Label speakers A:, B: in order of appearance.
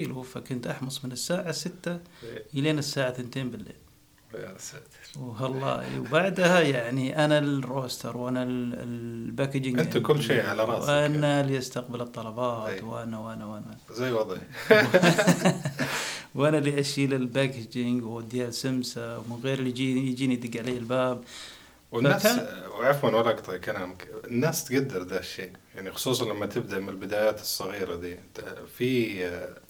A: له فكنت أحمص من الساعة ستة
B: إيه.
A: إلين الساعة ثنتين بالليل
B: يا ساتر
A: والله وبعدها يعني أنا الروستر وأنا ال- الباكجينج يعني
B: أنت كل شيء على يعني. إيه. راسك.
A: وأنا اللي يستقبل الطلبات
B: أي.
A: وأنا وأنا وأنا
B: زي وضعي
A: وأنا اللي أشيل الباكجينج وأوديها سمسة ومن غير اللي يجيني يجيني يدق علي الباب
B: والناس
A: فكان-
B: وعفوا ولا اقطع كلامك طيب الناس تقدر ذا الشيء يعني خصوصا لما تبدا من البدايات الصغيره دي ت- في آه،